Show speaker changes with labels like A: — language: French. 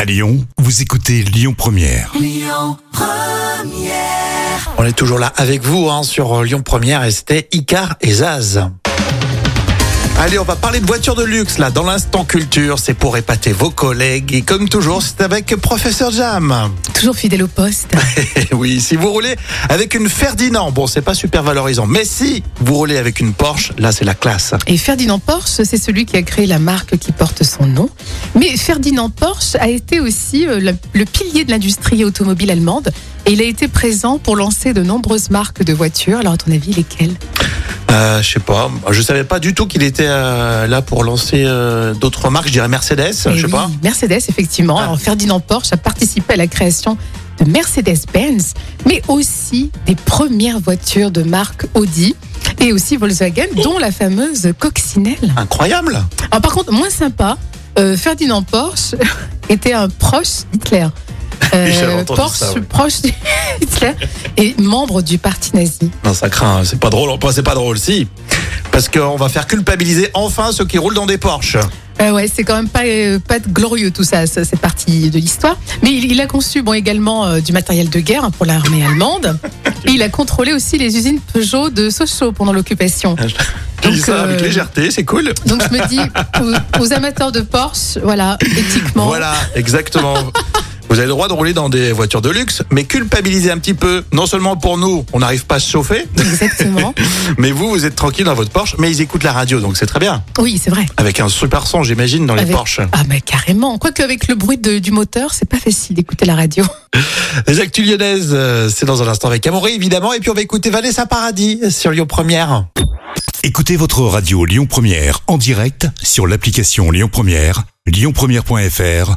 A: À Lyon, vous écoutez Lyon Première.
B: On est toujours là avec vous hein, sur Lyon Première et c'était Icar et Zaz. Allez, on va parler de voitures de luxe là dans l'instant culture. C'est pour épater vos collègues et comme toujours, c'est avec Professeur Jam.
C: Toujours fidèle au poste.
B: Et oui, si vous roulez avec une Ferdinand, bon, c'est pas super valorisant, mais si vous roulez avec une Porsche, là c'est la classe.
C: Et Ferdinand Porsche, c'est celui qui a créé la marque qui porte son nom. Mais Ferdinand Porsche a été aussi euh, le, le pilier de l'industrie automobile allemande. Et il a été présent pour lancer de nombreuses marques de voitures. Alors, à ton avis, lesquelles
B: Euh, je sais pas, je savais pas du tout qu'il était euh, là pour lancer euh, d'autres marques. Je dirais Mercedes,
C: Eh
B: je sais
C: oui,
B: pas.
C: Mercedes, effectivement.
B: Ah.
C: Alors, Ferdinand Porsche a participé à la création de Mercedes-Benz, mais aussi des premières voitures de marque Audi et aussi Volkswagen, dont la fameuse coccinelle.
B: Incroyable.
C: Alors, Ah, par contre, moins sympa, euh, Ferdinand Porsche était un proche d'Hitler. Euh,
B: J'avais entendu
C: Porsche,
B: ça, ouais.
C: proche d'Hitler et membre du parti nazi.
B: Non, ça craint. hein. C'est pas drôle. Enfin, c'est pas drôle, si. Parce qu'on va faire culpabiliser enfin ceux qui roulent dans des Porsche.
C: Euh, ouais, c'est quand même pas, euh, pas glorieux tout ça, ce- cette partie de l'histoire. Mais il, il a conçu bon, également euh, du matériel de guerre hein, pour l'armée allemande. Et il a contrôlé aussi les usines Peugeot de Sochaux pendant l'occupation.
B: Je
C: Donc,
B: dis ça avec
C: euh,
B: légèreté, c'est cool.
C: Donc je me dis, aux, aux amateurs de Porsche, voilà, éthiquement,
B: Voilà, exactement. Vous avez le droit de rouler dans des voitures de luxe, mais culpabiliser un petit peu. Non seulement pour nous, on n'arrive pas à se chauffer,
C: exactement.
B: mais vous, vous êtes tranquille dans votre Porsche, mais ils écoutent la radio, donc c'est très bien.
C: Oui, c'est vrai.
B: Avec un super son, j'imagine, dans les
C: Avec-
B: Porsche.
C: Ah mais carrément. Quoique avec le bruit de- du moteur, c'est pas facile d'écouter la radio.
B: Les Actus Lyonnaises, euh, c'est dans un instant avec Amaury, évidemment. Et puis on va écouter Vanessa Paradis sur Lyon Première.
A: Écoutez votre radio Lyon Première en direct sur l'application Lyon Première, lyonpremière.fr